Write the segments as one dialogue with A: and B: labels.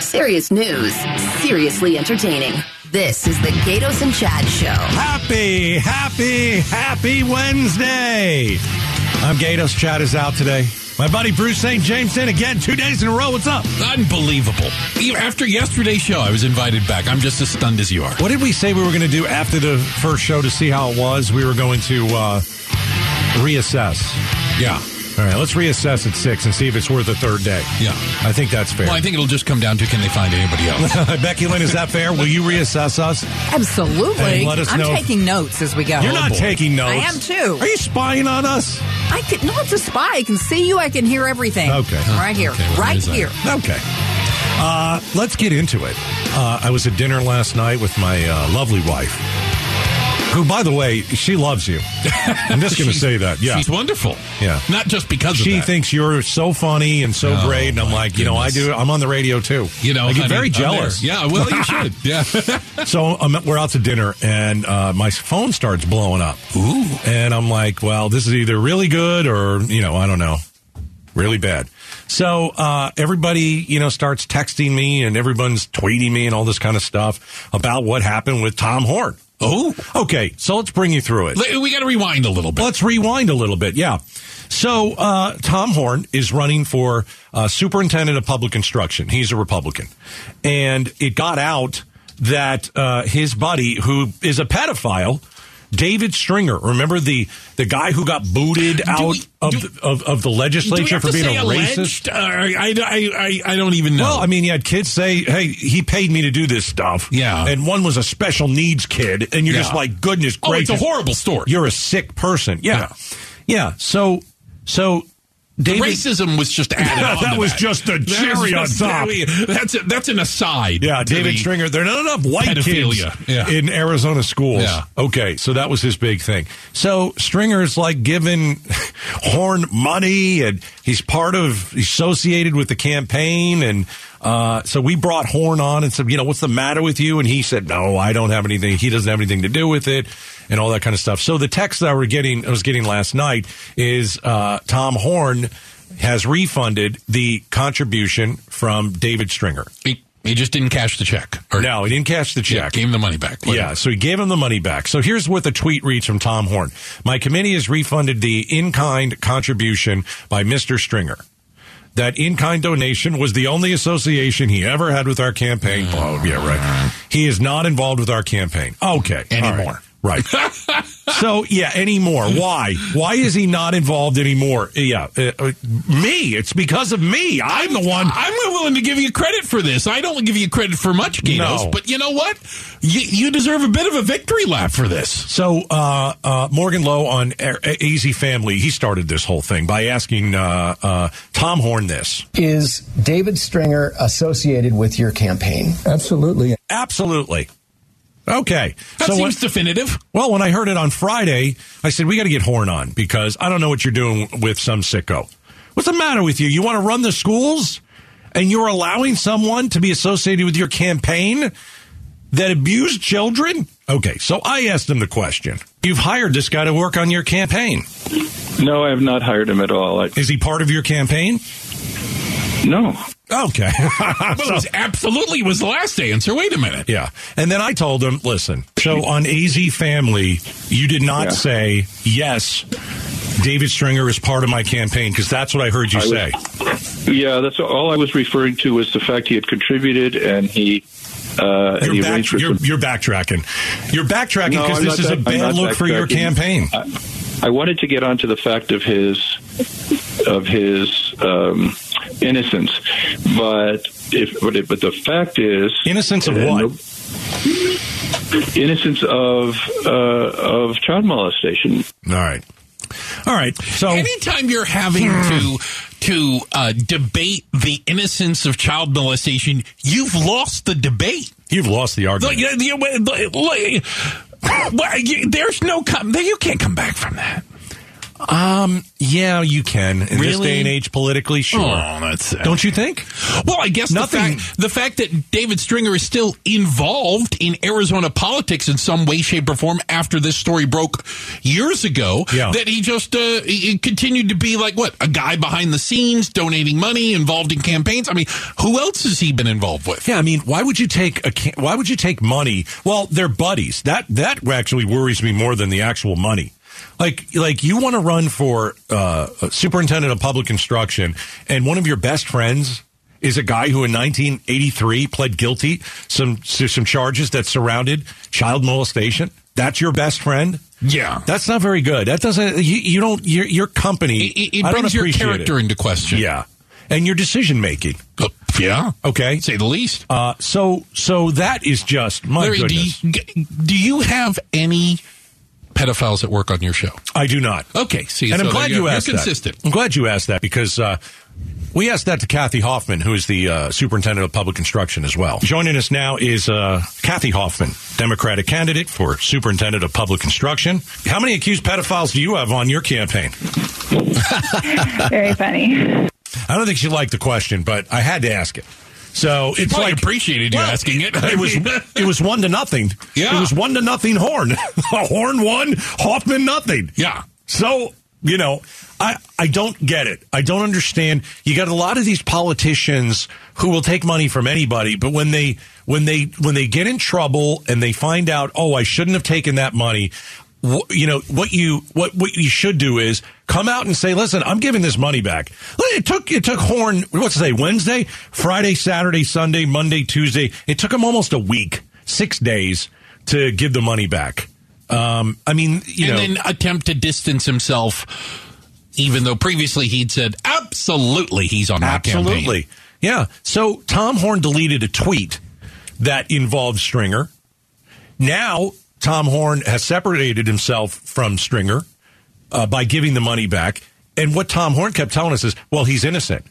A: Serious news, seriously entertaining. This is the Gatos and Chad Show.
B: Happy, happy, happy Wednesday. I'm Gatos. Chad is out today. My buddy Bruce St. James in again, two days in a row. What's up?
C: Unbelievable. Even After yesterday's show, I was invited back. I'm just as stunned as you are.
B: What did we say we were going to do after the first show to see how it was? We were going to uh, reassess.
C: Yeah.
B: All right, let's reassess at six and see if it's worth a third day.
C: Yeah.
B: I think that's fair.
C: Well, I think it'll just come down to can they find anybody else?
B: Becky Lynn, is that fair? Will you reassess us?
D: Absolutely.
B: And let us
D: I'm
B: know if-
D: taking notes as we go.
B: You're not
C: boy.
B: taking notes.
D: I am too.
B: Are you spying on us?
D: I can not to spy. I can see you. I can hear everything.
B: Okay.
D: Right here.
C: Okay, well, there
D: right
C: is that.
D: here.
B: Okay. Uh, let's get into it. Uh, I was at dinner last night with my uh, lovely wife, who, by the way, she loves you. I'm just going to
C: She's-
B: say that. Yeah.
C: She's wonderful.
B: Yeah.
C: Not just because
B: She
C: of that.
B: thinks you're so funny and so
C: Oh,
B: great. And I'm
C: my
B: like, you know, I
C: goodness.
B: do. I'm on the radio too.
C: you know,
B: I get
C: honey,
B: very
C: I'm
B: jealous.
C: there. Yeah, well, you should. Yeah.
B: So um, we're out to dinner, and uh, my phone starts blowing up.
C: Ooh.
B: And I'm like, well, this is either really good or, you know, I don't know, really bad. So uh, everybody, you know, starts texting me and everyone's tweeting me and all this kind of stuff about what happened with Tom Horn.
C: Oh.
B: Okay, so let's bring you through it.
C: L- We got to rewind a little bit.
B: Let's rewind a little bit. Yeah. So uh, Tom Horn is running for uh, superintendent of public instruction. He's a Republican, and it got out that uh, his buddy, who is a pedophile, David Stringer. Remember the the guy who got booted out
C: we-
B: of,
C: do-
B: the- of of the
C: Do we
B: legislature
C: have
B: for
C: to
B: being
C: say
B: a racist?
C: alleged? Uh, I, I, I, I don't even know.
B: Well, I mean, you had kids say, "Hey, he paid me to do this stuff."
C: Yeah.
B: and one was a special needs kid, and you're
C: Yeah.
B: just like, "Goodness
C: oh, it's
B: gracious!"
C: a horrible story.
B: you're a sick person. Yeah. Yeah. So, so David.
C: Racism was just added
B: Yeah,
C: on to
B: that was
C: that.
B: just the
C: That was
B: cherry on
C: just-
B: top.
C: That's, a, that's an aside.
B: yeah,
C: to
B: David
C: the-
B: Stringer. There are not enough white kids
C: Pedophilia. Yeah.
B: in Arizona schools.
C: Yeah.
B: Okay, so that was his big thing. So Stringer's like giving Horn money, and he's part of, he's associated with the campaign. And uh, so we brought Horn on and said, you know, what's the matter with you? And he said, no, I don't have anything. He doesn't have anything to do with it, and all that kind of stuff. So the text that I were getting, I was getting last night is uh, Tom Horn has refunded the contribution from David Stringer.
C: He, he just didn't cash the check. Or
B: No, he didn't cash the
C: yeah,
B: check.
C: gave him the money back.
B: Yeah, so he gave him the money back. So here's what the tweet reads from Tom Horn. My committee has refunded the in-kind contribution by Mr. Stringer. That in-kind donation was the only association he ever had with our campaign.
C: Mm.
B: Oh, yeah, right. He is not involved with our campaign. Okay. all right.
C: Anymore.
B: Right. so, yeah, anymore. Why? Why is he not involved anymore? Yeah. uh, uh, me. It's because of me. I'm the one.
C: I'm not willing to give you credit for this. I don't give you credit for much, Gatos.
B: No.
C: But you know what? You, you deserve a bit of a victory lap for this.
B: So uh, uh, Morgan Lowe on A- A- Easy Family, he started this whole thing by asking uh, uh, Tom Horn this.
E: Is David Stringer associated with your campaign?
F: Absolutely.
B: Absolutely. Okay.
C: That
B: so
C: seems
B: when-
C: definitive.
B: well, when I heard it on Friday, I said we got to get Horn on because I don't know what you're doing with some sicko. What's the matter with you? You want to run the schools, and you're allowing someone to be associated with your campaign that abused children? Okay. So I asked him the question. You've hired this guy to work on your campaign.
G: No, I have not hired him at all. I,
B: Is he part of your campaign?
G: no.
B: Okay.
C: Well, it was absolutely was the last answer. Wait a minute.
B: yeah. And then I told him, listen, so on AZ Family, you did not
G: Yeah.
B: say, yes, David Stringer is part of my campaign, because that's what I heard you
G: I
B: say.
G: Yeah, that's all I was referring to was the fact he had contributed and he uh, and
B: you're,
G: he
B: back,
G: arranged for
B: you're,
G: some-
B: you're backtracking. You're backtracking
G: No,
B: because
G: I'm
B: this
G: not
B: is a
G: back- I'm
B: bad
G: not
B: look for your
G: backtracking.
B: campaign.
G: I wanted to get onto the fact of his of his um, innocence, but if but, it, but the fact is
B: Innocence of
G: and
B: what?
G: the- Innocence of uh, of child molestation.
B: All right. All right. So.
C: Anytime you're having
B: Hmm.
C: to to uh, debate the innocence of child molestation, you've lost the debate.
B: You've lost the
C: Like,
B: argument.
C: you- you- like, well, you- there's no come. You can't come back from that.
B: Um, yeah, you can. In this
C: Really?
B: day and age, politically, sure.
C: Oh, that's sad.
B: Don't you think?
C: Well, I guess
B: Nothing-
C: The, fact, the fact that David Stringer is still involved in Arizona politics in some way, shape, or form after this story broke years ago,
B: Yeah.
C: that he just uh, he- he continued to be like what a guy behind the scenes, donating money, involved in campaigns. I mean, who else has he been involved with?
B: Yeah, I mean, why would you take a can- why would you take money? Well, they're buddies. That that actually worries me more than the actual money. Like like you want to run for uh, superintendent of public instruction, and one of your best friends is a guy who in 1983 pled guilty some to some charges that surrounded child molestation. That's your best friend.
C: Yeah.
B: that's not very good. That doesn't you, you don't your your company.
C: It, it- it
B: I don't
C: brings your
B: appreciate
C: character
B: it.
C: into question.
B: Yeah, and your decision making.
C: Uh, yeah.
B: Okay.
C: Say the least.
B: Uh, so so that is just my
C: Larry, do
B: goodness.
C: you, g- do you have any pedophiles at work on your show?
B: I do not.
C: Okay, see,
B: and I'm
C: so there
B: glad
C: you
B: you
C: go. You're
B: asked
C: consistent.
B: that. I'm glad you asked that because uh, we asked that to Kathy Hoffman, who is the uh, superintendent of public instruction as well. Joining us now is uh, Kathy Hoffman, Democratic candidate for superintendent of public instruction. How many accused pedophiles do you have on your campaign?
F: Very funny.
B: I don't think she liked the question, but I had to ask it. So it's
C: probably
B: like
C: appreciated you asking it.
B: It was it was one to nothing.
C: Yeah.
B: it was one to nothing. Horn, Horn one, Hoffman nothing.
C: Yeah.
B: So, you know, I, I don't get it. I don't understand. You got a lot of these politicians who will take money from anybody, but when they when they when they get in trouble and they find out, "Oh, I shouldn't have taken that money." wh- You know what you what what you should do is come out and say, "Listen, I'm giving this money back." It took it took Horn what's today Wednesday, Friday, Saturday, Sunday, Monday, Tuesday. It took him almost a week, six days to give the money back. Um, I mean, you
C: and
B: know,
C: then attempt to distance himself, even though previously he'd said absolutely he's on my
B: Absolutely.
C: campaign.
B: Yeah. So Tom Horn deleted a tweet that involved Stringer. Now Tom Horn has separated himself from Stringer uh, by giving the money back. And what Tom Horn kept telling us is, well, he's innocent.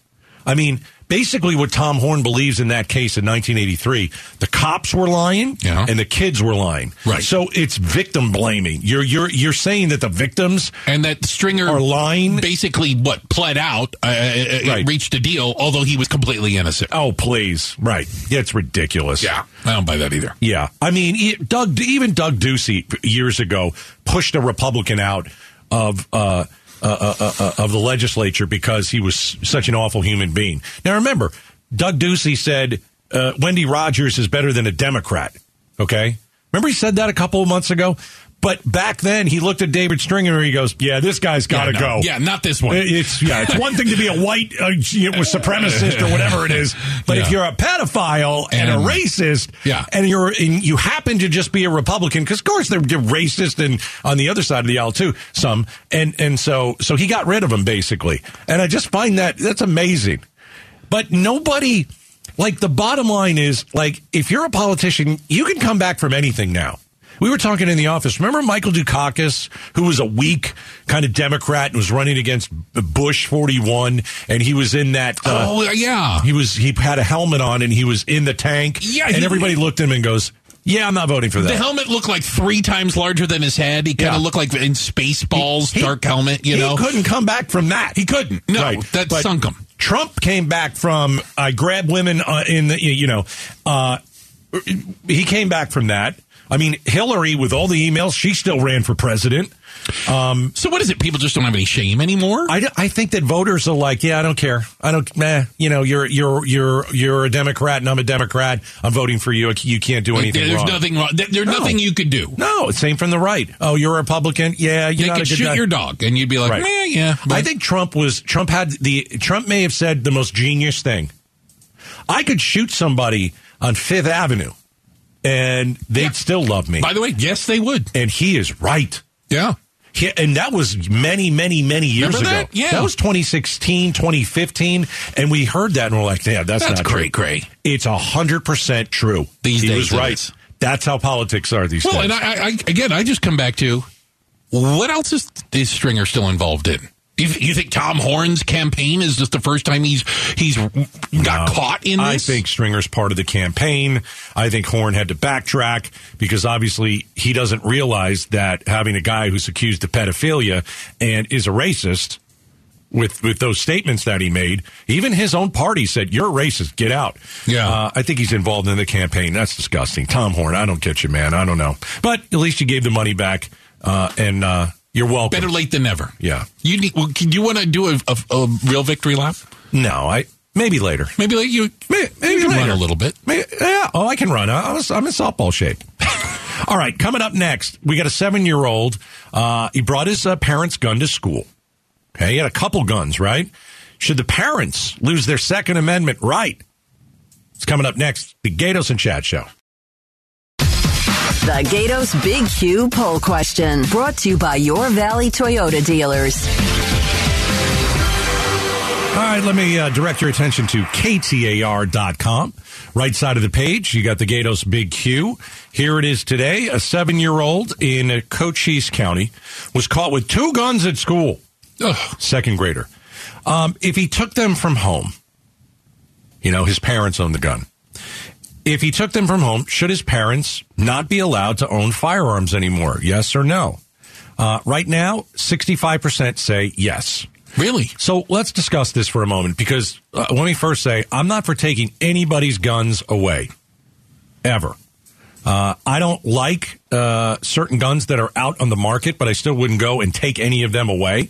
B: I mean, basically, what Tom Horn believes in that case in 1983, the cops were lying
C: Yeah.
B: and the kids were lying.
C: Right.
B: So it's victim blaming. You're you're you're saying that the victims
C: And that Stringer
B: Or lying.
C: basically what pled out, uh, uh, uh
B: Right.
C: reached a deal, although he was completely innocent.
B: Oh, please. Right. Yeah, it's ridiculous.
C: I don't buy that either.
B: Yeah, I mean, e- Doug, even Doug Ducey years ago pushed a Republican out of uh, uh, uh, uh, uh, of the legislature because he was such an awful human being. Now remember, Doug Ducey said uh, Wendy Rogers is better than a Democrat. Okay, remember he said that a couple of months ago. But back then, he looked at David Stringer and he goes, "Yeah, this guy's got to
C: no.
B: go."
C: Yeah, not this one.
B: It- Uh, It's yeah, it's one thing to be a white uh, you know, supremacist or whatever it is, but if
C: Yeah.
B: you're a pedophile and,
C: And-
B: a racist,
C: Yeah.
B: and you're and you happen to just be a Republican because of course they're racist and on the other side of the aisle too some and and so so he got rid of him basically, and I just find that that's amazing, but nobody. Like the bottom line is like if you're a politician, you can come back from anything now. We were talking in the office. Remember Michael Dukakis, who was a weak kind of Democrat and was running against Bush 41, and he was in that. Uh,
C: oh yeah,
B: he was he had a helmet on and he was in the tank.
C: Yeah,
B: and
C: he-
B: everybody looked at him and goes, "Yeah, I'm not voting for
C: the
B: that."
C: helmet looked like three times larger than his head. He kind
B: Yeah.
C: of looked like in Spaceballs,
B: He-
C: dark helmet. You
B: he
C: know,
B: couldn't come back from that.
C: He couldn't. No, that sunk him.
B: Trump came back from I grab women uh, in the you know, uh, he came back from that. I mean, Hillary with all the emails, she still ran for president.
C: so what is it? People just don't have any shame anymore.
B: I, I think that voters are like, yeah, I don't care. I don't, nah, you know, you're you're you're you're a Democrat and I'm a Democrat. I'm voting for you. You can't do anything
C: there's
B: wrong.
C: nothing wrong. There- There's
B: No.
C: nothing you could do.
B: No, same from the right. Oh, you're a Republican. Yeah, you're
C: They
B: not a
C: could
B: good
C: shoot
B: guy.
C: your dog, and you'd be like,
B: Right.
C: "Eh, yeah.
B: I
C: but-
B: think Trump was Trump had the Trump may have said the most genius thing. I could shoot somebody on Fifth Avenue, and they'd
C: Yeah.
B: still love me.
C: By the way, yes, they would.
B: and he is right.
C: Yeah.
B: He, and that was many, many, many years
C: Remember
B: ago.
C: that? Yeah.
B: That was 2016, 2015. And we heard that and we're like, yeah, that's,
C: That's
B: not true.
C: great, Gray.
B: It's 100% true.
C: These
B: he
C: days
B: was
C: it
B: right.
C: is.
B: That's how politics are these
C: Well,
B: days.
C: and I, I, I again, I just come back to what else is, is Stringer still involved in? You, you think Tom Horn's campaign is just the first time he's he's got caught in
B: I
C: this?
B: think Stringer's part of the campaign. I think Horn had to backtrack because obviously he doesn't realize that having a guy who's accused of pedophilia and is a racist with with those statements that he made, even his own party said, "You're a racist. Get out."
C: Yeah.
B: uh, I think he's involved in the campaign. That's disgusting. Tom Horn, I don't get you, man. I don't know, but at least you gave the money back, uh, and uh, you're welcome.
C: better late than never.
B: Yeah.
C: You need, well, do you want to do a, a, a real victory lap?
B: No, I maybe later.
C: Maybe like you
B: May- Maybe
C: you can
B: later.
C: run a little bit.
B: May- yeah. Oh, I can run. I I was, I'm in softball shape. All right. Coming up next, we got a seven year old. Uh, he brought his uh, parents' gun to school. Okay. He had a couple guns, right? Should the parents lose their Second Amendment right? It's coming up next. The Gatos and Chad Show.
A: The Gatos Big Q poll question brought to you by your Valley Toyota dealers.
B: All right, let me uh, direct your attention to KTAR.com. Right side of the page, you got the Gatos Big Q. Here it is today. A seven year old in uh, Cochise County was caught with two guns at school. Second grader. Um, if he took them from home, you know, his parents owned the gun. If he took them from home, should his parents not be allowed to own firearms anymore? Yes or no? Uh, right now, 65% say yes.
C: Really?
B: So let's discuss this for a moment because uh, let me first say I'm not for taking anybody's guns away, ever. Uh, I don't like uh, certain guns that are out on the market, but I still wouldn't go and take any of them away.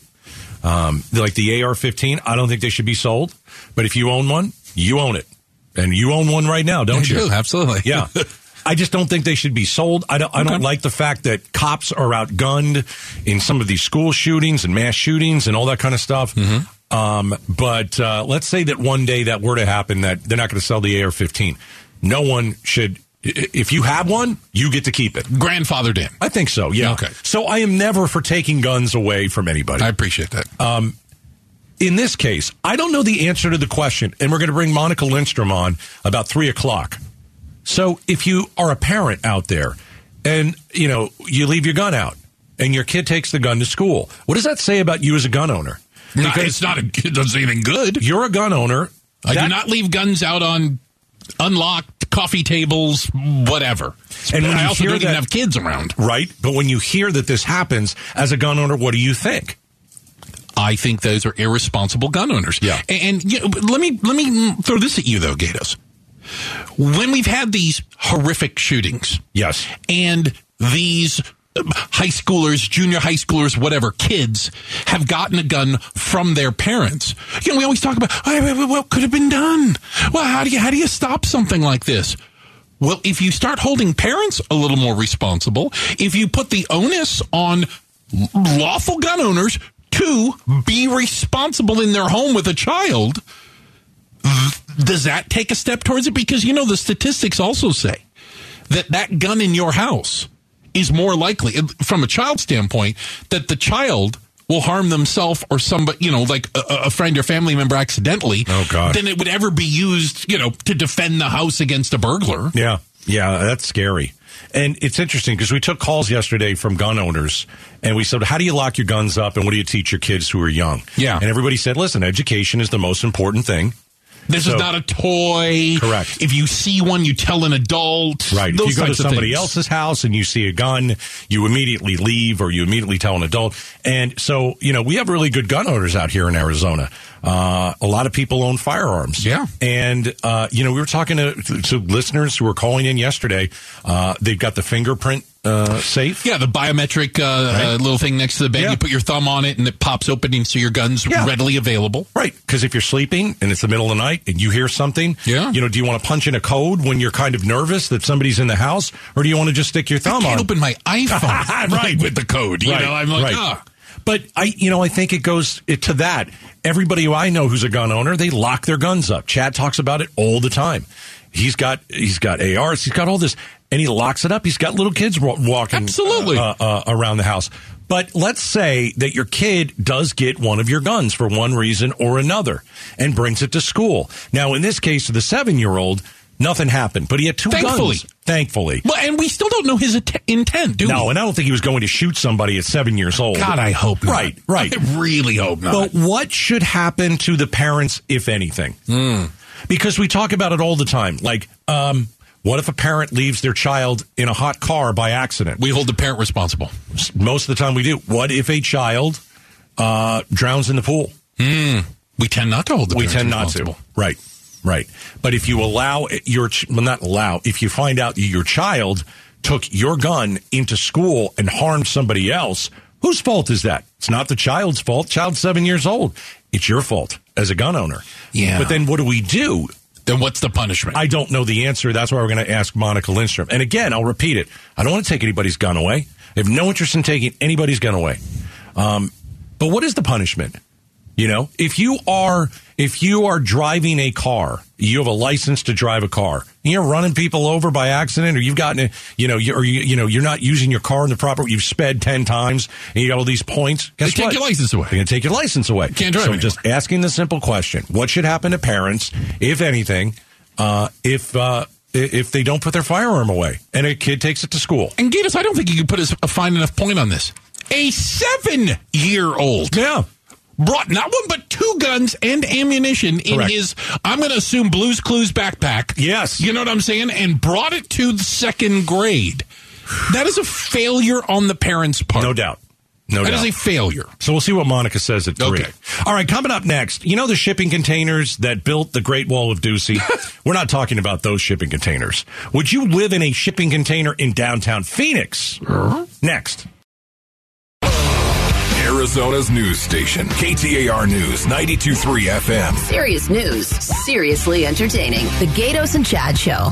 B: Um, like the AR 15, I don't think they should be sold. But if you own one, you own it. And you own one right now, don't you?
C: do, absolutely.
B: Yeah. I just don't think they should be sold. I don't, I don't like the fact that cops are outgunned in some of these school shootings and mass shootings and all that kind of stuff.
C: Mm-hmm.
B: Um, but uh, let's say that one day that were to happen, that they're not going to sell the AR 15. No one should. i- i- If you have one, you get to keep it.
C: Grandfathered in.
B: I think so. Yeah.
C: Okay.
B: So I am never for taking guns away from anybody.
C: I appreciate that.
B: Uh, in this case, I don't know the answer to the question, and we're going to bring Monica Lindstrom on about three o'clock. So if you are a parent out there and, you know, you leave your gun out and your kid takes the gun to school, what does that say about you as a gun owner?
C: Not- it's not a, it doesn't say anything good.
B: You're a gun owner.
C: I
B: That-
C: do not leave guns out on unlocked coffee tables, whatever.
B: And
C: And
B: when
C: I
B: you
C: also
B: hear
C: don't even
B: that-
C: have kids around.
B: Right? But when you hear that this happens as a gun owner, what do you think?
C: I think those are irresponsible gun owners.
B: Yeah.
C: And, and you know, but let me let me throw this at you though, Gatos. When we've had these horrific shootings,
B: Yes.
C: and these um, high schoolers, junior high schoolers, whatever kids have gotten a gun from their parents. You know, we always talk about "Oh, well, well, what could have been done. Well, how do you how do you stop something like this? Well, if you start holding parents a little more responsible, if you put the onus on lawful gun owners to be responsible in their home with a child, does that take a step towards it? Because you know the statistics also say that that gun in your house is more likely from a child standpoint that the child will harm themselves or somebody you know like a, a friend or family member accidentally
B: Oh, God.
C: than it would ever be used you know to defend the house against a burglar
B: Yeah. Yeah, that's scary. And it's interesting because we took calls yesterday from gun owners and we said, How do you lock your guns up and what do you teach your kids who are young?
C: Yeah.
B: And everybody said, Listen, education is the most important thing.
C: this
B: So-
C: is not a toy
B: Correct.
C: if you see one you tell an adult
B: Right.
C: those
B: if you go to
C: types of
B: somebody
C: things.
B: else's house and you see a gun, you immediately leave or you immediately tell an adult. And so, you know, we have really good gun owners out here in Arizona. Uh, a lot of people own firearms.
C: Yeah.
B: And, uh, you know, we were talking to, to listeners who were calling in yesterday. Uh, they've got the fingerprint uh, safe.
C: yeah, the biometric uh, uh, little thing next to the bed.
B: Yeah.
C: You put your thumb on it, and it pops open, and so your gun's
B: Yeah.
C: readily available.
B: Right, because if you're sleeping and it's the middle of the night and you hear something,
C: Yeah.
B: you know, do you want to punch in a code when you're kind of nervous that somebody's in the house, or do you want to just stick your
C: I
B: thumb
C: can't
B: on?
C: open my iPhone
B: Right.
C: with the code. You know, I'm like, ah.
B: But I, you know, I think it goes to that. Everybody who I know who's a gun owner, they lock their guns up. Chad talks about it all the time. He's got he's got ARs, he's got all this, and he locks it up. He's got little kids wa- walking
C: Absolutely.
B: uh, uh, around the house. But let's say that your kid does get one of your guns for one reason or another and brings it to school. Now, in this case, the seven year old, Nothing happened, but he had two
C: Thankfully.
B: guns. Thankfully.
C: Well, and we still don't know his att- intent, do
B: No,
C: we?
B: and I don't think he was going to shoot somebody at seven years old.
C: God, I hope not.
B: Right, right.
C: I really hope not.
B: But what should happen to the parents, if anything?
C: Hmm.
B: Because we talk about it all the time. Like, um, what if a parent leaves their child in a hot car by accident?
C: we hold the parent responsible.
B: Most of the time we do. What if a child uh, drowns in the pool?
C: We tend not to hold the
B: we
C: parents
B: tend not to.
C: responsible.
B: Right, right. But if you allow your, ch- well, not allow, if you find out your child took your gun into school and harmed somebody else, whose fault is that? It's not the child's fault. Child's seven years old. It's your fault as a gun owner.
C: Yeah.
B: But then what do we do?
C: Then what's the punishment?
B: I don't know the answer. That's why we're going to ask Monica Lindstrom. And again, I'll repeat it. I don't want to take anybody's gun away. I have no interest in taking anybody's gun away. Um, but what is the punishment? You know, if you are if you are driving a car, you have a license to drive a car. And you're running people over by accident, or you've gotten a, you know, you, or you, you know, you're not using your car in the proper. You've sped ten times, and you got all these points. Guess
C: take
B: what?
C: your license away.
B: They're going to take your license away.
C: Can't drive
B: So
C: anymore.
B: just asking the simple question: What should happen to parents, if anything, uh, if uh, i- if they don't put their firearm away and a kid takes it to school?
C: and Gatus, I don't think you can put a, a fine enough point on this. A seven year old
B: Yeah,
C: brought not one but two guns and ammunition in
B: Correct.
C: his, I'm going to assume, Blues Clues backpack.
B: Yes.
C: You know what I'm saying? And brought it to the second grade. That is a failure on the parents' part.
B: no doubt, no
C: That
B: doubt.
C: is a failure.
B: So we'll see what Monica says at three.
C: Okay.
B: All right, coming up next, you know the shipping containers that built the Great Wall of Ducey? We're not talking about those shipping containers. Would you live in a shipping container in downtown Phoenix? Next.
H: Arizona's news station, KTAR News 923 FM.
A: Serious news, seriously entertaining. The Gatos and Chad Show.
B: All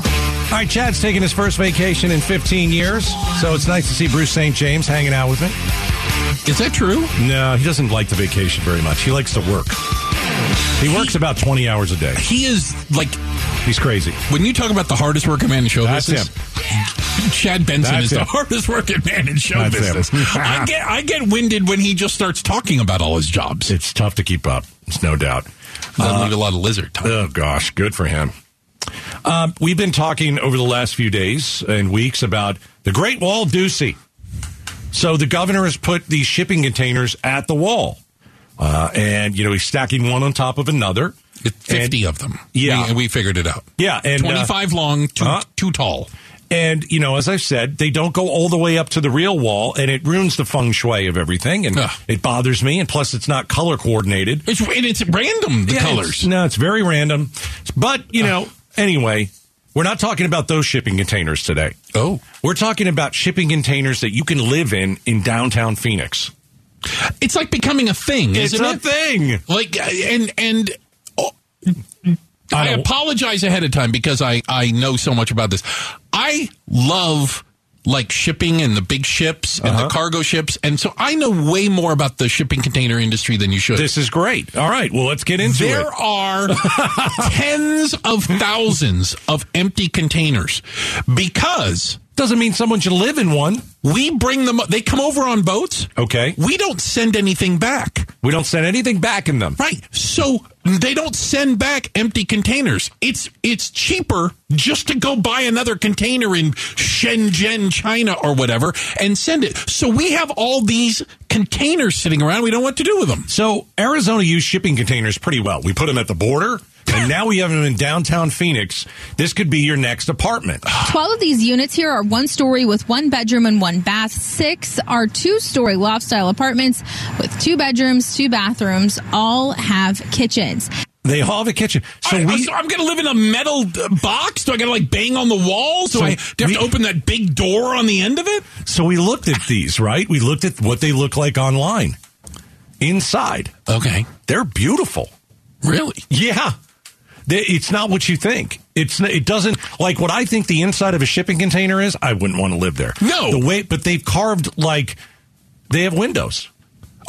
B: right, Chad's taking his first vacation in 15 years, so it's nice to see Bruce St. James hanging out with me.
C: Is that true?
B: No, he doesn't like the vacation very much. He likes to work. He works about 20 hours a day.
C: He is like
B: He's crazy.
C: when you talk about the hardest working man in show
B: That's
C: business. Chad Benson
B: That's
C: is the
B: him.
C: hardest working man in show
B: That's him.
C: business. I get I get winded when he just starts talking about all his jobs.
B: It's tough to keep up. It's no doubt.
C: Doesn't leave a lot of lizard time.
B: Oh gosh, good for him. Um, we've been talking over the last few days and weeks about the Great Wall Ducey. So the governor has put these shipping containers at the wall, uh, and you know he's stacking one on top of another.
C: It's Fifty
B: And-
C: of them.
B: Yeah.
C: we, we figured it out.
B: Yeah, and, uh,
C: twenty five long, too
B: uh-huh.
C: too tall.
B: And you know, as I've said, they don't go all the way up to the real wall, and it ruins the feng shui of everything, and
C: Ugh.
B: it bothers me. And plus, it's not color coordinated.
C: It's and it's random the
B: Yeah,
C: colors.
B: it's- no, it's very random. But, you know, anyway, we're not talking about those shipping containers today.
C: Oh.
B: We're talking about shipping containers that you can live in in downtown Phoenix.
C: It's like becoming a thing,
B: It's
C: isn't
B: a
C: it?
B: thing.
C: Like uh, and and. oh, I,
B: don't-
C: apologize ahead of time because I, I know so much about this. I love like shipping and the big ships and
B: Uh-huh.
C: the cargo ships. And so I know way more about the shipping container industry than you should.
B: This is great. All right. Well, let's get into
C: there
B: it.
C: are tens of thousands of empty containers because
B: Doesn't mean someone should live in one.
C: we bring them, they come over on boats.
B: Okay.
C: We don't send anything back.
B: We don't send anything back in them.
C: Right. So they don't send back empty containers. It's it's cheaper just to go buy another container in Shenzhen, China or whatever and send it. So we have all these containers sitting around. We don't know what to do with them.
B: So Arizona used shipping containers pretty well. We put them at the border, and now we have them in downtown Phoenix. This could be your next apartment.
I: 12 of these units here are one story with one bedroom and one bath. Six are two story loft style apartments with two bedrooms, two bathrooms, all have kitchens.
B: They all have a kitchen. So
C: I,
B: we.
C: so I'm going to live in a metal uh, box? Do I got to like bang on the wall? So,
B: So
C: I do I have
B: we-
C: to open that big door on the end of it?
B: So we looked at these, right? We looked at what they look like online. Inside,
C: Okay.
B: they're beautiful.
C: Really?
B: Yeah. They- It's not what you think. It's n- it doesn't like what I think the inside of a shipping container is. I wouldn't want to live there.
C: No.
B: the way, but they've carved like they have windows.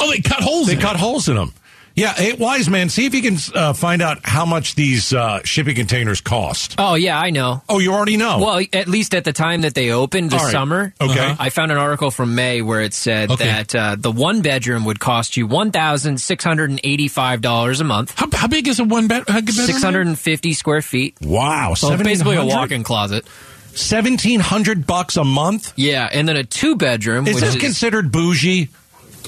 C: Oh, they cut holes.
B: They
C: in it.
B: cut holes in them. Yeah, hey, wise man, see if you can uh, find out how much these uh, shipping containers cost.
J: Oh yeah, I know.
B: Oh, you already know.
J: Well, at least at the time that they opened, the
B: All right.
J: summer.
B: Okay.
J: I found an article from May where it said
C: Okay.
J: that uh, the one bedroom would cost you one thousand six hundred and eighty-five dollars a month,
C: How, how big is a one bed? How big is it?
J: six hundred and fifty square feet.
B: wow,
J: So it's basically a
B: 1700?
J: walk-in closet.
B: seventeen hundred bucks a month.
J: Yeah, and then a two-bedroom.
B: Is
J: which
B: this
J: is,
B: considered bougie?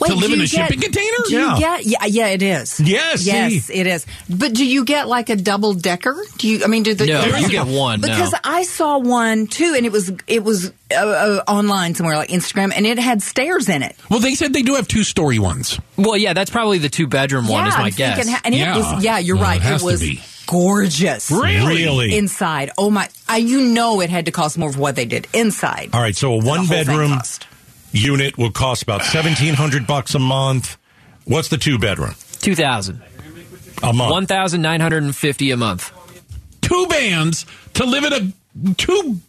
D: Wait,
C: to live
D: do
C: in
D: you
C: a shipping
D: get-
C: container?
D: Do
B: Yeah.
D: you get? Yeah, yeah, it is.
B: Yes,
D: yes,
B: see?
D: it is. But do you get like a double decker? Do you? I mean, do the
J: No,
D: do
J: you get one, no.
D: Because I saw one too, and it was it was uh, uh, online somewhere like Instagram, and it had stairs in it.
C: Well, they said they do have two story ones.
J: well, yeah, that's probably the two-bedroom one.
D: yeah,
J: Is my
D: I'm
J: guess.
D: thinking ha- and
C: Yeah.
D: it was. Yeah, you're
C: No, it
D: right.
C: has to
D: It, was
C: be.
D: gorgeous.
B: Really?
D: Inside, oh my! I, you know it had to cost more of what they did inside.
B: All right, so a
D: The whole
B: one
D: thing
B: bedroom
D: cost.
B: unit will cost about seventeen hundred bucks a month. What's the two bedroom
J: Two thousand.
B: a month?
J: One thousand nine hundred and fifty a month.
C: Two bands to live in a two.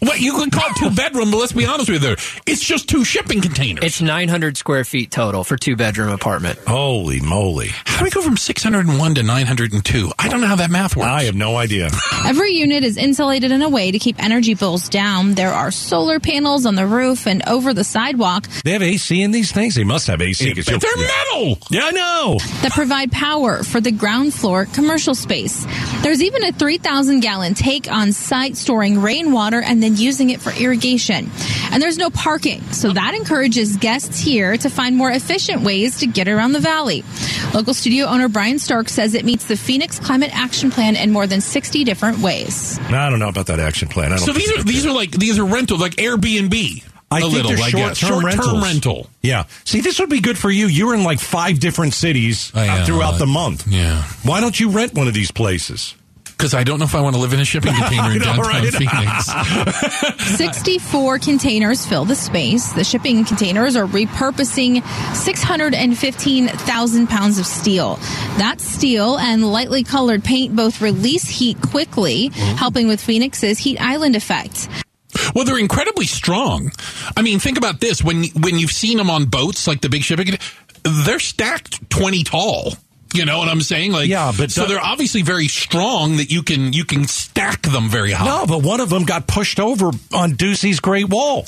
C: What you could call it two bedroom, but let's be honest with you, it's just two shipping containers.
J: It's nine hundred square feet total for two bedroom apartment.
B: Holy moly!
C: how do we go from six hundred and one to nine hundred and two? I don't know how that math works.
B: I have no idea.
I: Every unit is insulated in a way to keep energy bills down. There are solar panels on the roof and over the sidewalk
B: They have AC in these things. They must have AC. 'cause
C: They're
B: you'll-
C: metal.
B: yeah, I know.
I: that provide power for the ground floor commercial space. There's even a 3,000 gallon tank on site storing rainwater and then using it for irrigation. And there's no parking, so that encourages guests here to find more efficient ways to get around the valley. Local studio owner Brian Stark says it meets the Phoenix Climate Action Plan in more than 60 different ways.
B: I don't know about that action plan. I don't
C: So
B: think
C: these
B: it's
C: are
B: good.
C: these are like these are rental, like Airbnb.
B: I
C: a
B: think
C: little,
B: they're
C: I
B: short
C: guess.
B: term
C: Short-term rental.
B: Yeah. See, this would be good for you. You're in like five different cities
C: I
B: uh,
C: am,
B: throughout
C: uh,
B: the month.
C: yeah.
B: Why don't you rent one of these places?
C: Because I don't know if I want to live in a shipping container in
B: I know,
C: downtown
B: right?
C: Phoenix.
I: 64 containers fill the space. The shipping containers are repurposing 615,000 pounds of steel. That steel and lightly colored paint both release heat quickly, helping with Phoenix's heat island effect.
C: well, they're incredibly strong. I mean, think about this: when when you've seen them on boats, like the big shipping, container, they're stacked twenty tall. You know what I'm saying? Like,
B: Yeah, but
C: so
B: the-
C: they're obviously very strong that you can you can stack them very high.
B: No, but one of them got pushed over on Ducey's Great Wall.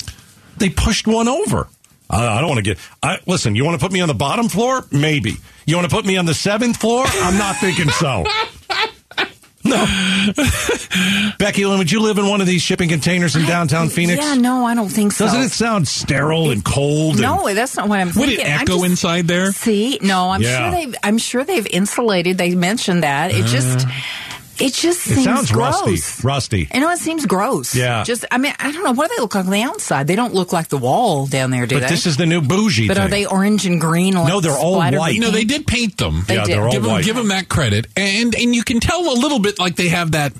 B: They pushed one over. I, I don't want to get. I, listen, you want to put me on the bottom floor? Maybe. You want to put me on the seventh floor? I'm not thinking so. No. Becky Lynn, would you live in one of these shipping containers in downtown Phoenix?
D: Yeah, no, I don't think so.
B: Doesn't it sound sterile and cold? and-
D: No, that's not what I'm
C: Would
D: thinking.
C: it
D: I'm
C: echo
D: just-
C: inside there?
D: See, no, I'm
B: Yeah.
D: sure they've. I'm sure they've insulated. They mentioned that. It just. It just
B: Uh-huh. It
D: seems
B: sounds
D: gross.
B: rusty. Rusty.
D: I know it seems gross.
B: Yeah.
D: Just, I mean, I don't know what do they look like on the outside. They don't look like the wall down there, do
B: but
D: they?
B: this is the new bougie.
D: but are
B: thing.
D: they orange and green? Like
B: No, they're all
D: splattered
B: white.
D: with
C: No, they
D: paint?
C: did paint them.
D: They
B: yeah,
D: did.
B: they're all
C: give them,
B: white.
C: give 'em that credit, and and you can tell a little bit like they have that.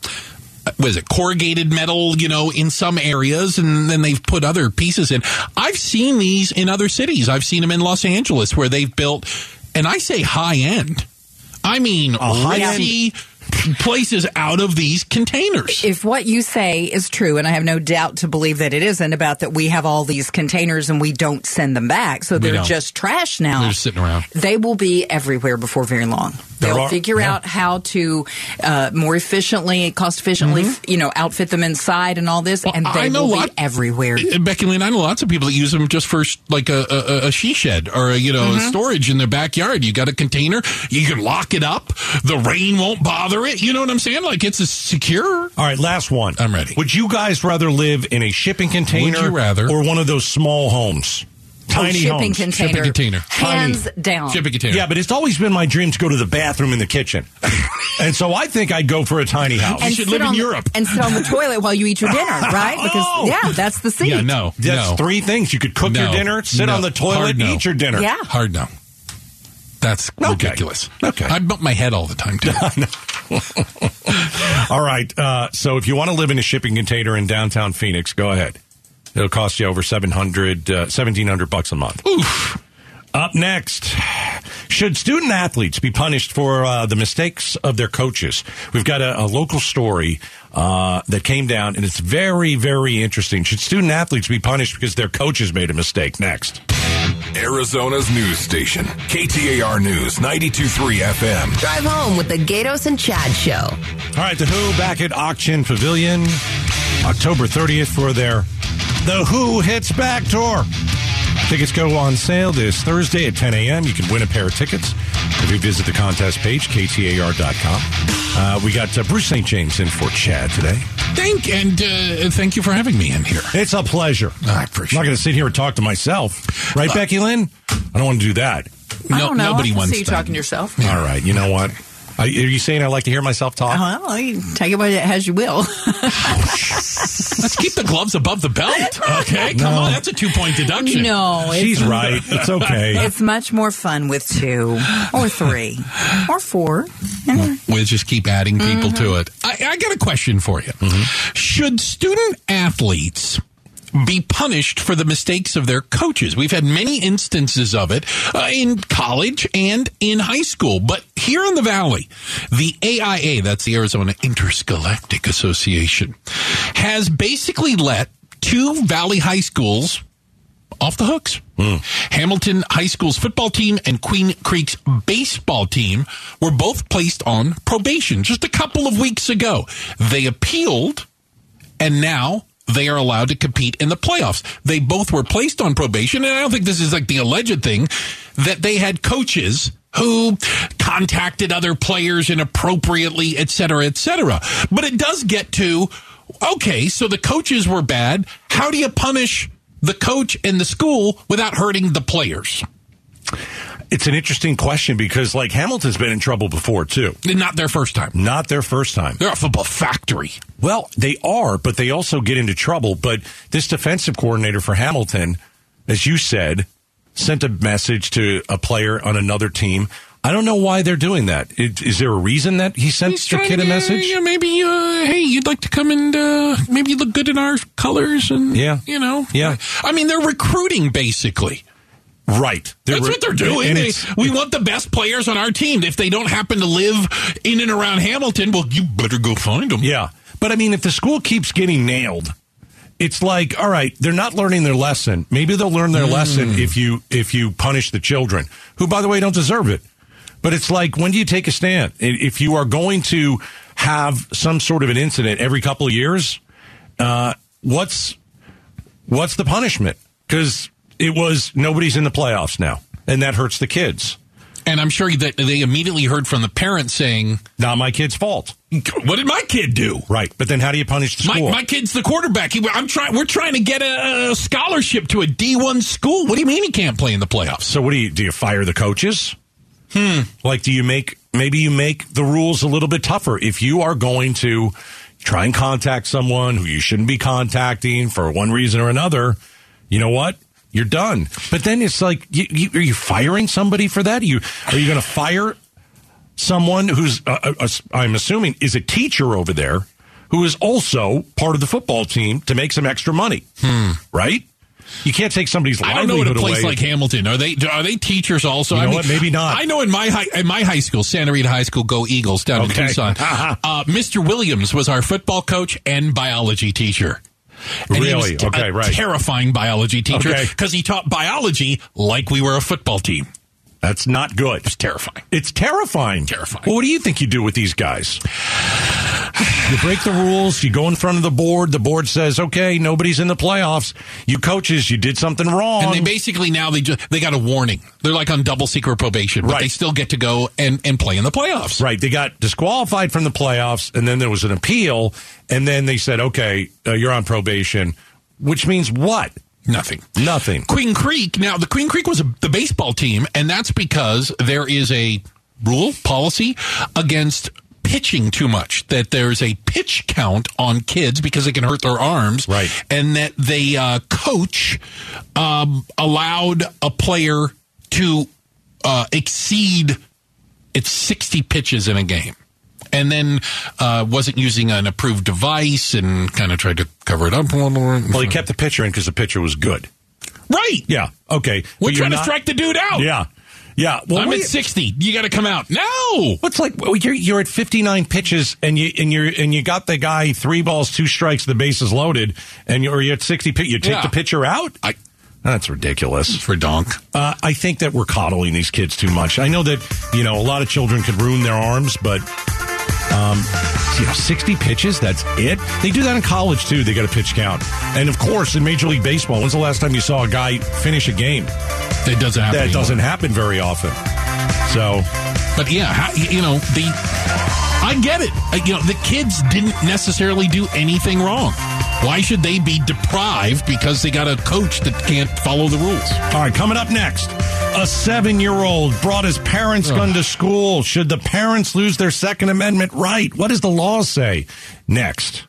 C: uh, Was it corrugated metal? You know, in some areas, and then they've put other pieces in. I've seen these in other cities. I've seen them in Los Angeles where they've built, and I say high end. I mean,
B: high-end-
C: high places out of these containers.
D: If what you say is true, and I have no doubt to believe that it isn't, about that we have all these containers and we don't send them back, so they're
C: don't.
D: just trash now.
C: They're just sitting around.
D: They will be everywhere before very long.
B: There
D: They'll
B: are-
D: figure
B: yeah.
D: out how to uh, more efficiently, cost efficiently, f
B: Mm-hmm.
D: you know, outfit them inside and all this, and they
C: I know
D: will
C: lot-
D: be everywhere.
C: Uh, Becky Lynn, I know lots of people that use them just for sh- like a, a, a she shed or a, you know a storage in their backyard. You got a container, you can lock it up. The rain won't bother it. You know what I'm saying? Like it's a secure.
B: All right, last one.
C: I'm ready.
B: Would you guys rather live in a shipping container
C: you rather?
B: or one of those small homes? Tiny
D: Oh, shipping
B: homes.
D: container,
C: Shipping container.
D: hands
B: Tiny.
D: down.
C: Shipping container.
B: Yeah, but it's always been my dream to go to the bathroom in the kitchen. and so I think I'd go for a tiny house.
D: And
C: should
D: sit
C: live in
D: on the-
C: Europe.
D: and sit on the toilet while you eat your dinner, right? Because
B: Oh!
D: yeah, that's the seat.
C: yeah, no,
B: That's
C: no.
B: three things. You could cook your
C: No.
B: dinner, sit
C: No.
B: on the toilet,
C: Hard no.
B: eat your dinner.
D: Yeah.
C: Hard no. That's
B: Okay.
C: ridiculous.
B: Okay.
C: I bump my head all the time too.
B: All right. Uh, so if you want to live in a shipping container in downtown Phoenix, go ahead. It'll cost you over 700, uh, 1700 bucks a month. Up next, should student athletes be punished for uh, the mistakes of their coaches? We've got a, a local story uh, that came down, and it's very, very interesting. Should student athletes be punished because their coaches made a mistake? Next.
H: Arizona's news station, KTAR News 92.3 FM.
A: Drive home with the Gatos and Chad Show.
B: All right, The Who back at Auction Pavilion, October 30th for their The Who Hits Back Tour. Tickets go on sale this Thursday at 10 a.m. You can win a pair of tickets if you visit the contest page, ktar.com. Uh, we got uh, Bruce St. James in for Chad today.
C: Thank and uh, thank you for having me in here.
B: It's a pleasure.
C: I appreciate Uh,
B: I'm not going to sit here and talk to myself. Right, Becky Lynn? I don't want to do that.
D: I don't know. I can see you talking to yourself.
B: All right. You know what? Are, are you saying I like to hear myself talk?
D: Well, you take it what it has you will.
C: Let's keep the gloves above the belt. Okay, come
B: No.
C: on, that's a two point deduction.
D: No, it's-
B: She's right. It's okay.
D: It's much more fun with two or three or four.
C: We'll just keep adding people to it. I, I got a question for you. Should student athletes be punished for the mistakes of their coaches? We've had many instances of it uh, in college and in high school, but here in the Valley, the AIA, that's the Arizona Intergalactic Association, has basically let two Valley high schools off the hooks. Hamilton High School's football team and Queen Creek's baseball team were both placed on probation just a couple of weeks ago. They appealed and now they are allowed to compete in the playoffs. They both were placed on probation, and I don't think this is like the alleged thing that they had coaches who contacted other players inappropriately, et cetera, et cetera. But it does get to okay, so the coaches were bad. How do you punish the coach and the school without hurting the players?
B: It's an interesting question because, like, Hamilton's been in trouble before, too.
C: Not their first time.
B: Not their first time.
C: They're a football factory.
B: Well, they are, but they also get into trouble. But this defensive coordinator for Hamilton, as you said, sent a message to a player on another team. I don't know why they're doing that. Is is there a reason that he sent the
C: trying
B: kid
C: to
B: a
C: get-
B: message?
C: yeah, maybe, uh, hey, you'd like to come and uh, maybe you look good in our colors, and
B: Yeah.
C: you know,
B: Yeah.
C: I mean, they're recruiting basically.
B: Right. They
C: That's
B: were-
C: what they're doing.
B: And
C: They-
B: it's-
C: we want the best players on our team. If they don't happen to live in and around Hamilton, well, you better go find them.
B: Yeah. But I mean, if the school keeps getting nailed, it's like, all right, they're not learning their lesson. Maybe they'll learn their lesson if you if you punish the children, who by the way don't deserve it. But it's like, when do you take a stand? I- If you are going to have some sort of an incident every couple of years, uh, what's what's the punishment? Because it was nobody's in the playoffs now, and that hurts the kids.
C: and I'm sure that they immediately heard from the parents saying,
B: Not my kid's fault,
C: "What did my kid do?"
B: right? But then how do you punish the
C: My,
B: school?
C: my kid's the quarterback. He, I'm trying. We're trying to get a, a scholarship to a D1 school. What do you mean he can't play in the playoffs?
B: So what do you do? You fire the coaches? Hmm. Like, do you make maybe you make the rules a little bit tougher if you are going to try and contact someone who you shouldn't be contacting for one reason or another? You know what? You're done. But then it's like, you, you, are you firing somebody for that? Are you are you going to fire someone who's uh, uh, I'm assuming is a teacher over there who is also part of the football team to make some extra money? Right? You can't take somebody's
C: Hmm. I
B: livelihood
C: don't know what a place
B: away.
C: like Hamilton are they are they teachers also?
B: You know
C: I mean,
B: what? Maybe not.
C: I know in my high, in my high school, Santa Rita High School, go Eagles down
B: Okay. Uh-huh.
C: in Tucson. uh, Mr. Williams was our football coach and biology teacher. And he was
B: Really?
C: t-
B: Okay,
C: a
B: right.
C: Terrifying biology teacher
B: Okay.
C: because he taught biology like we were a football team.
B: That's not good.
C: It's terrifying.
B: It's terrifying.
C: Terrifying.
B: Well, what do you think you do with these guys? You break the rules, you go in front of the board, the board says, okay, nobody's in the playoffs. You coaches, you did something wrong.
C: And they basically now they just they got a warning. They're like on double secret probation, but
B: Right.
C: they still get to go and and play in the playoffs.
B: right, they got disqualified from the playoffs, and then there was an appeal, and then they said, okay, uh, you're on probation, which means what?
C: Nothing.
B: Nothing.
C: Queen Creek. Now, the Queen Creek was a, the baseball team, and that's because there is a rule policy against pitching too much. That there's a pitch count on kids because it can hurt their arms,
B: Right.
C: And that the uh, coach um, allowed a player to uh, exceed it's 60 pitches in a game. And then uh, wasn't using an approved device and kind of tried to cover it up.
B: Well, he kept the pitcher in because the pitcher was good.
C: right.
B: Yeah, okay.
C: We're
B: But you're
C: trying to
B: not-
C: strike the dude out.
B: Yeah, yeah. Well,
C: I'm
B: what do
C: at
B: you-
C: 60. You got to come out. No.
B: What's like well, you're you're at 59 pitches and you and you're and you got the guy three balls two strikes the bases loaded and you, or you're at 60 pit you take
C: Yeah.
B: the pitcher out
C: I
B: That's ridiculous.
C: For donk.
B: Uh, I think that we're coddling these kids too much. I know that, you know, a lot of children could ruin their arms, but, um, you know, 60 pitches, that's it. They do that in college, too. They got a pitch count. And, of course, in Major League Baseball, when's the last time you saw a guy finish a game?
C: That doesn't happen.
B: That
C: anymore.
B: doesn't happen very often. So,
C: But yeah, how, you know, the I get it. Uh, You know, the kids didn't necessarily do anything wrong. Why should they be deprived because they got a coach that can't follow the rules?
B: All right, coming up next, a seven year old brought his parents' gun to school. Should the parents lose their Second Amendment right? What does the law say? Next.